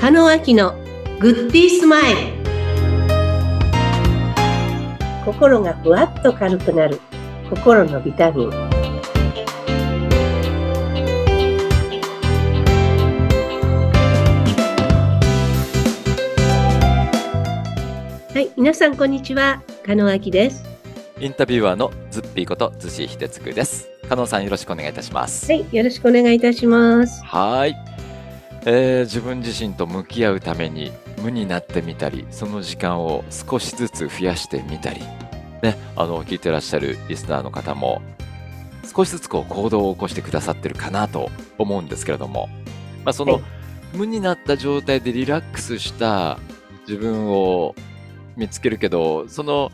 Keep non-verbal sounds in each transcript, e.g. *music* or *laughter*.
中野明のグッディースマイル心がふわっと軽くなる心のビタミンはい、皆さんこんにちは加野明ですインタビュアーのズッピーこと寿司秀嗣です。加納さんよろしくお願いいたします。はい、よろしくお願いいたしますはーい、えー自分自身と向き合うために無になってみたり、その時間を少しずつ増やしてみたり、ね、あの聞いてらっしゃるリスナーの方も少しずつこう行動を起こしてくださってるかなと思うんですけれども、まあ、その、はい無になった状態でリラックスした自分を見つけるけどその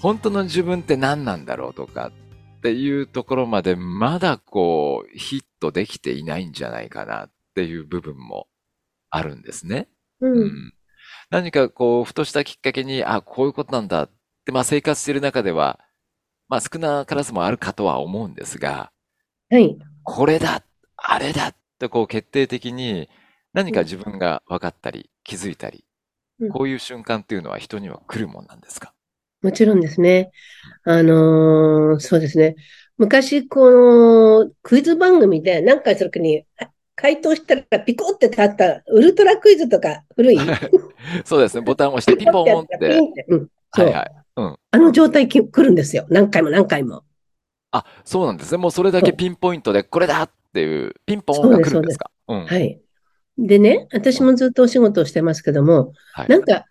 本当の自分って何なんだろうとかっていうところまでまだこうヒットできていないんじゃないかなっていう部分もあるんですね。う、うんん、何かこう、ふとしたきっかけに、あ、こういうことなんだって、まあ生活している中では、まあ少なからずもあるかとは思うんですが、はい、これだ、あれだってこう決定的に何か自分が分かったり気づいたりうん、こういう瞬間っていうのは人には来るもんなんですかもちろんですね。あのーそうですね。昔、この、クイズ番組で何回する時に、あ回答したらピコって立った、ウルトラクイズとか、 *laughs* 古い。そうですね、ボタンを押してピンポンっピコて。ってやったらピンってうんそはういはい。あの状態き来るんですよ。何回も何回も。あ、そうなんですね。もうそれだけピンポイントで、これだっていう、ピンポンが来るんですかうん。はい。でね、私もずっとお仕事をしてますけども、はいなんか、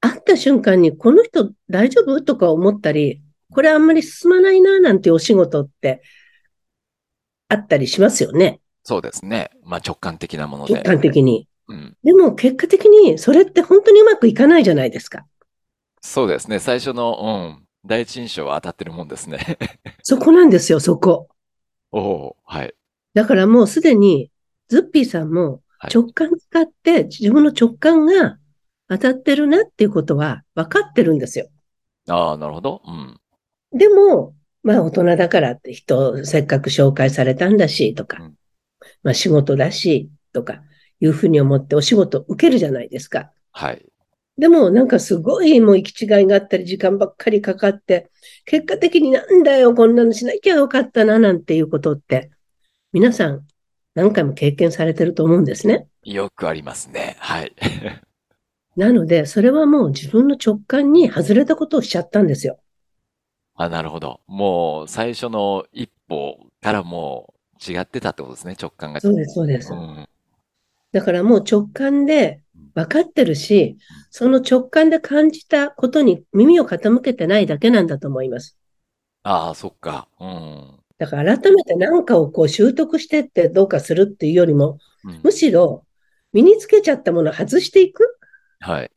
会った瞬間に、この人大丈夫とか思ったり、これあんまり進まないな、なんていうお仕事って、あったりしますよね。そうですね。まあ直感的なもの直で。感的に。うん。でも結果的にそれって本当にうまくいかないじゃないですか。そうですね。最初の、うん、第一印象は当たってるもんですね。 *laughs* そこなんですよ、そこ。おお、はい。だからもうすでに、ズッピーさんもはい直感使って自分の直感が当たってるなっていうことは分かってるんですよ。ああ、なるほど。うん。でも、まあ大人だからって人、せっかく紹介されたんだし、とかうん、まあ仕事だし、とか、いうふうに思ってお仕事受けるじゃないですか。はい。でもなんかすごいもう行き違いがあったり時間ばっかりかかって、結果的になんだよ、こんなのしなきゃよかったな、なんていうことって、皆さん何回も経験されてると思うんですね。よくありますね。はい。なので、それはもう自分の直感に外れたことをしちゃったんですよ。あ、なるほど。もう、最初の一歩からもう違ってたってことですね。直感が。そうです、そうですう。ん。だからもう直感で分かってるし、その直感で感じたことに耳を傾けてないだけなんだと思います。ああ、そっか。うん。だから改めて何かをこう習得してってどうかするっていうよりも、うんむしろ、身につけちゃったものを外していく。はい。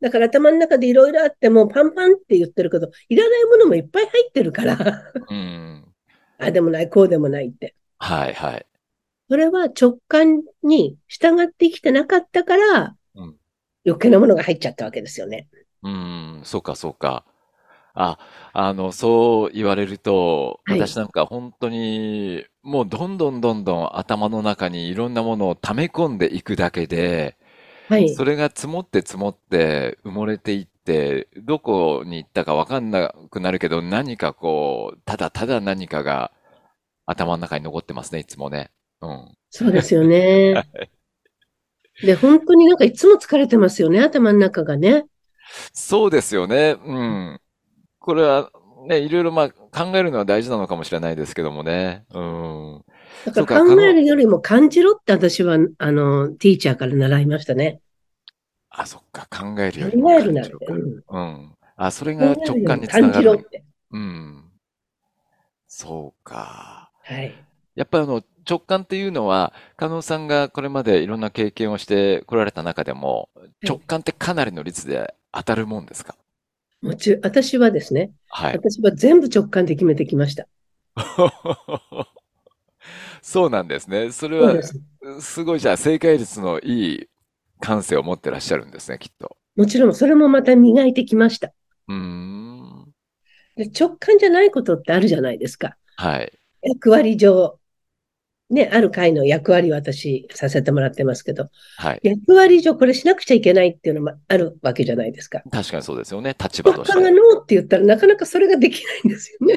だから頭の中でいろいろあって、もうパンパンって言ってるけど、いらないものもいっぱい入ってるから、 *laughs* うん。あでもない、こうでもないって。はい、はい。それは直感に従って生きてなかったから、うん余計なものが入っちゃったわけですよね。うーん、そうか、そうか。あ、あの、そう言われると、はい私なんか本当に、もうどんどんどんどん頭の中にいろんなものを溜め込んでいくだけで、はい。それが積もって積もって埋もれていって、どこに行ったかわかんなくなるけど、何かこう、ただただ何かが頭の中に残ってますね、いつもね。うん。そうですよ *laughs* ね。で、本当になんかいつも疲れてますよね、頭の中がね。そうですよね。うん。これは、ね、いろいろまあ考えるのは大事なのかもしれないですけどもね。うん。だかそうから考えるよりも感じろって私は、あの、ティーチャーから習いましたね。あ、そっか、考えるよりも考える感なんじてろ。うか。んうん。あ、それ考えがるよ直り感もにつな感がじるろのっに。て。うん。そうか。はい。やっぱりあの、直感っていうのは、加納さんがこれまでいろんな経験をしてこられた中でも、直感ってかなりの率で当たるもんですかもちろん、私はですね、はい。私は全部直感で決めてきました。 *laughs* そうなんですね。それそうは、です。すごいじゃあ正解率のいい感性を持ってらっしゃるんですね、きっと。もちろん、それもまた磨いてきました。うーん。で直感じゃないことってあるじゃないですか。はい。役割上、ね、ある会の役割を私させてもらってますけど、はい。役割上これしなくちゃいけないっていうのもあるわけじゃないですか。確かにそうですよね。立場作とし家がて。 *laughs* ノーって言ったらなかなかそれができないんですよね。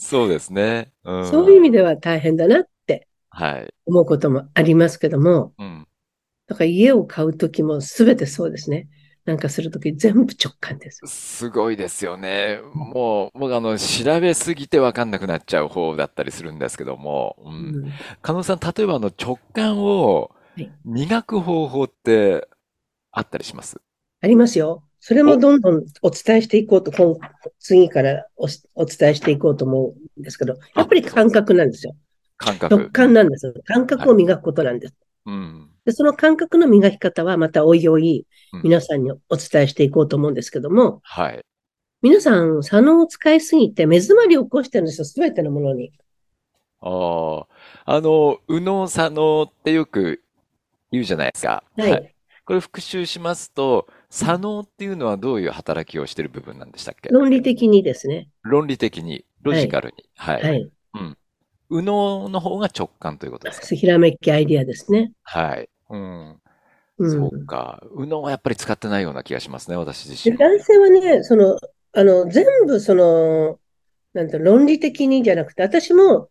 そうですね。うん、そういう意味では大変だなってはい。思うこともありますけども、うん。だから家を買うときも全てそうですね。なんかするとき全部直感です。すごいですよね。もう、僕あの、調べすぎてわかんなくなっちゃう方だったりするんですけども、う。うんん、加納さん、例えばあの直感をはい磨く方法ってあったりしますありますよ。それもどんどんお伝えしていこうと、今次からおしお伝えしていこうと思うんですけど、やっぱり感覚なんですよ。感覚。直感なんですよ。感覚を磨くことなんです。うん。でその感覚の磨き方はまたおいおいうん皆さんにお伝えしていこうと思うんですけども、はい。皆さん、左脳を使いすぎて目詰まりを起こしてるんですよ、すべてのものに。ああ。あの、右脳左脳ってよく言うじゃないですか。はい。これ復習しますと、左脳っていうのはどういう働きをしてる部分なんでしたっけ論理的にですね。論理的に、ロジカルに。はい。はい。右脳の方が直感ということですか。ひらめきアイディアですね。はい。うん。うん。そうか。右脳はやっぱり使ってないような気がしますね、私自で身。男性はね、その、あの、全部その、なんて論理的にじゃなくて、私も、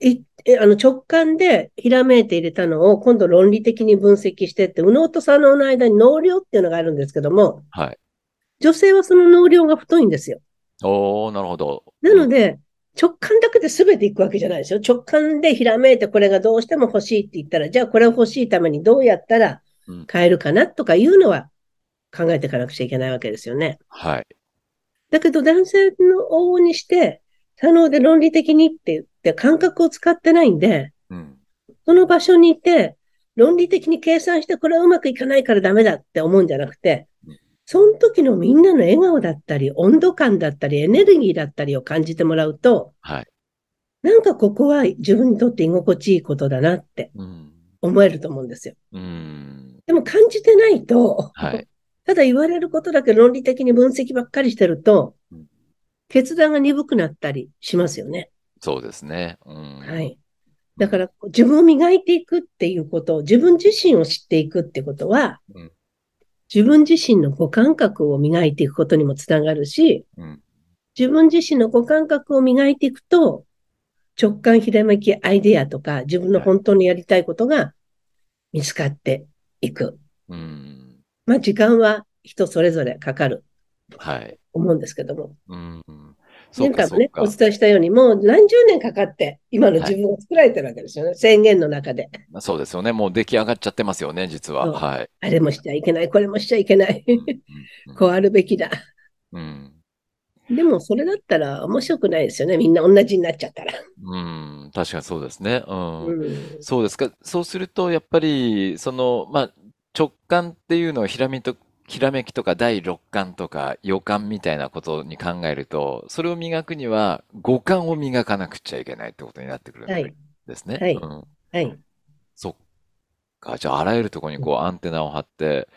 い、えあの、直感でひらめいて入れたのを、今度論理的に分析してって、右脳と左脳の間に脳量っていうのがあるんですけども、はい。女性はその脳量が太いんですよ。おー、なるほど。なので、直感だけで全ていくわけじゃないですよ。直感でひらめいてこれがどうしても欲しいって言ったら、じゃあこれを欲しいためにどうやったらうん変えるかなとかいうのは考えていかなくちゃいけないわけですよね。はい。だけど男性の往々にして、左脳で論理的にって言って感覚を使ってないんで、うん。その場所にいて、論理的に計算してこれはうまくいかないからダメだって思うんじゃなくてうん、その時のみんなの笑顔だったり、温度感だったり、エネルギーだったりを感じてもらうと、はい。なんかここは自分にとって居心地いいことだなってうん。思えると思うんですよ。うん。でも感じてないと、はい。ただ言われることだけ論理的に分析ばっかりしてるとうん、決断が鈍くなったりしますよね。そうですね。うん。はい。だからこう自分を磨いていくっていうこと自分自身を知っていくってことはうん、自分自身の五感覚を磨いていくことにもつながるし、うん。自分自身の五感覚を磨いていくと、直感ひらめきアイデアとか、自分の本当にやりたいことが見つかっていく。うん。まあ時間は人それぞれかかるはい。と思うんですけども。うん。そう前か、回そもうね、かお。伝えしたように、もう何十年かかって、今の自分が作られてるわけですよね。宣言の中で。そうですよね。もう出来上がっちゃってますよね、実は。そう *laughs* はい。あれもしちゃいけない、これもしちゃいけない。 *laughs* うんうんこうあるべきだ。うん。でもそれだったら面白くないですよね。みんな同じになっちゃったら。うん。確かにそうですね。うん。うんそうですか。そうすると、やっぱり、その、まあ、直感っていうのをひらめと、ひらめきとか第六感とか予感みたいなことに考えると、それを磨くには五感を磨かなくちゃいけないってことになってくるんはい。ですね。はいうん。はい。そっか。じゃあ、あらゆるところにこうアンテナを張って、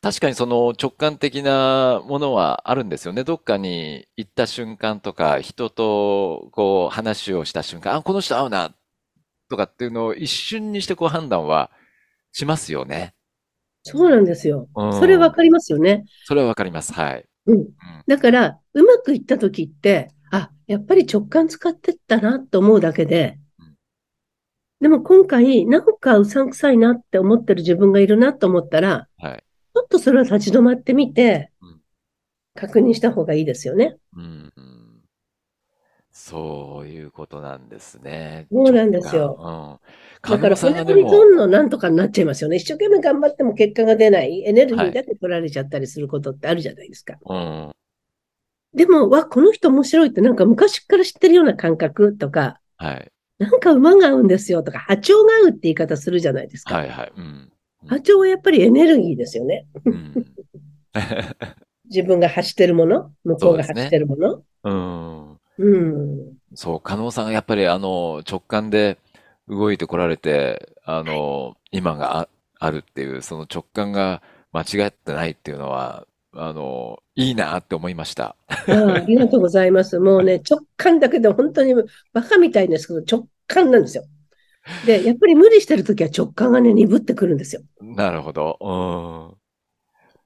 確かにその直感的なものはあるんですよね。どっかに行った瞬間とか、人とこう話をした瞬間、あ、この人合うな、とかっていうのを一瞬にしてこう判断はしますよね。そうなんですよ。うんそれわかりますよね。それはわかります。はい。うん。だから、うまくいった時って、あ、やっぱり直感使ってったなと思うだけでうん、でも今回、なんかうさんくさいなって思ってる自分がいるなと思ったら、はい。ちょっとそれは立ち止まってみてうん、確認した方がいいですよね。うん。うんそういうことなんですね。そうなんですよ直感。うだん。から、加それ納さんがでにもどんどんなんとかになっちゃいますよね。一生懸命頑張っても結果が出ない、エネルギはいーだけ取られちゃったりすることってあるじゃないですか。うん。でも、わ、この人面白いってなんか昔から知ってるような感覚とか、はい。なんか馬が合うんですよとか、波長が合うって言い方するじゃないですか。はいはい。うん。波長はやっぱりエネルギーですよね。うん。自分が発してるもの、向こうが発してるもの。うん。うん。そう、加納さんがやっぱりあの直感で動いてこられて、あの、今があ、あるっていう、その直感が間違ってないっていうのは、あの、いいなって思いました。ああありがとうございます。もうね、直感だけで本当にバカみたいですけど、直感なんですよ。で、やっぱり無理してるときは直感がね、鈍ってくるんですよ。なるほど。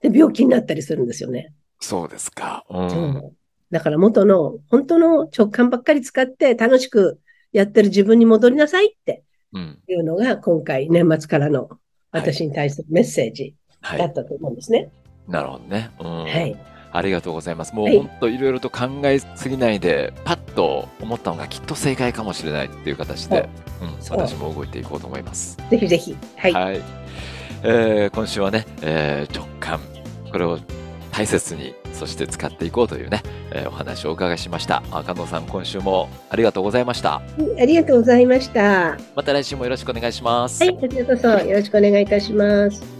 で、病気になったりするんですよね。うん。そうですか。うそん。うだから元の、本当の直感ばっかり使って楽しくやってる自分に戻りなさいってうん。いうのが、今回年末からの私に対するメッセージはだい。ったと思うんですね。なるほどね。うん。はい。ありがとうございます。もうはい本当いろいろと考えすぎないで、パッと思ったのがきっと正解かもしれないっていう形で、うん、そう私も動いていこうと思います。ぜひぜひ。はい。はい。えー今週はね、えー直感、これを大切に、そして使っていこうというね、えーお話をお伺いしました。あ加藤さん、今週もありがとうございました。ありがとうございました。はまた来週もよろしくお願いします。い。こちらこそよろしくお願いいたします。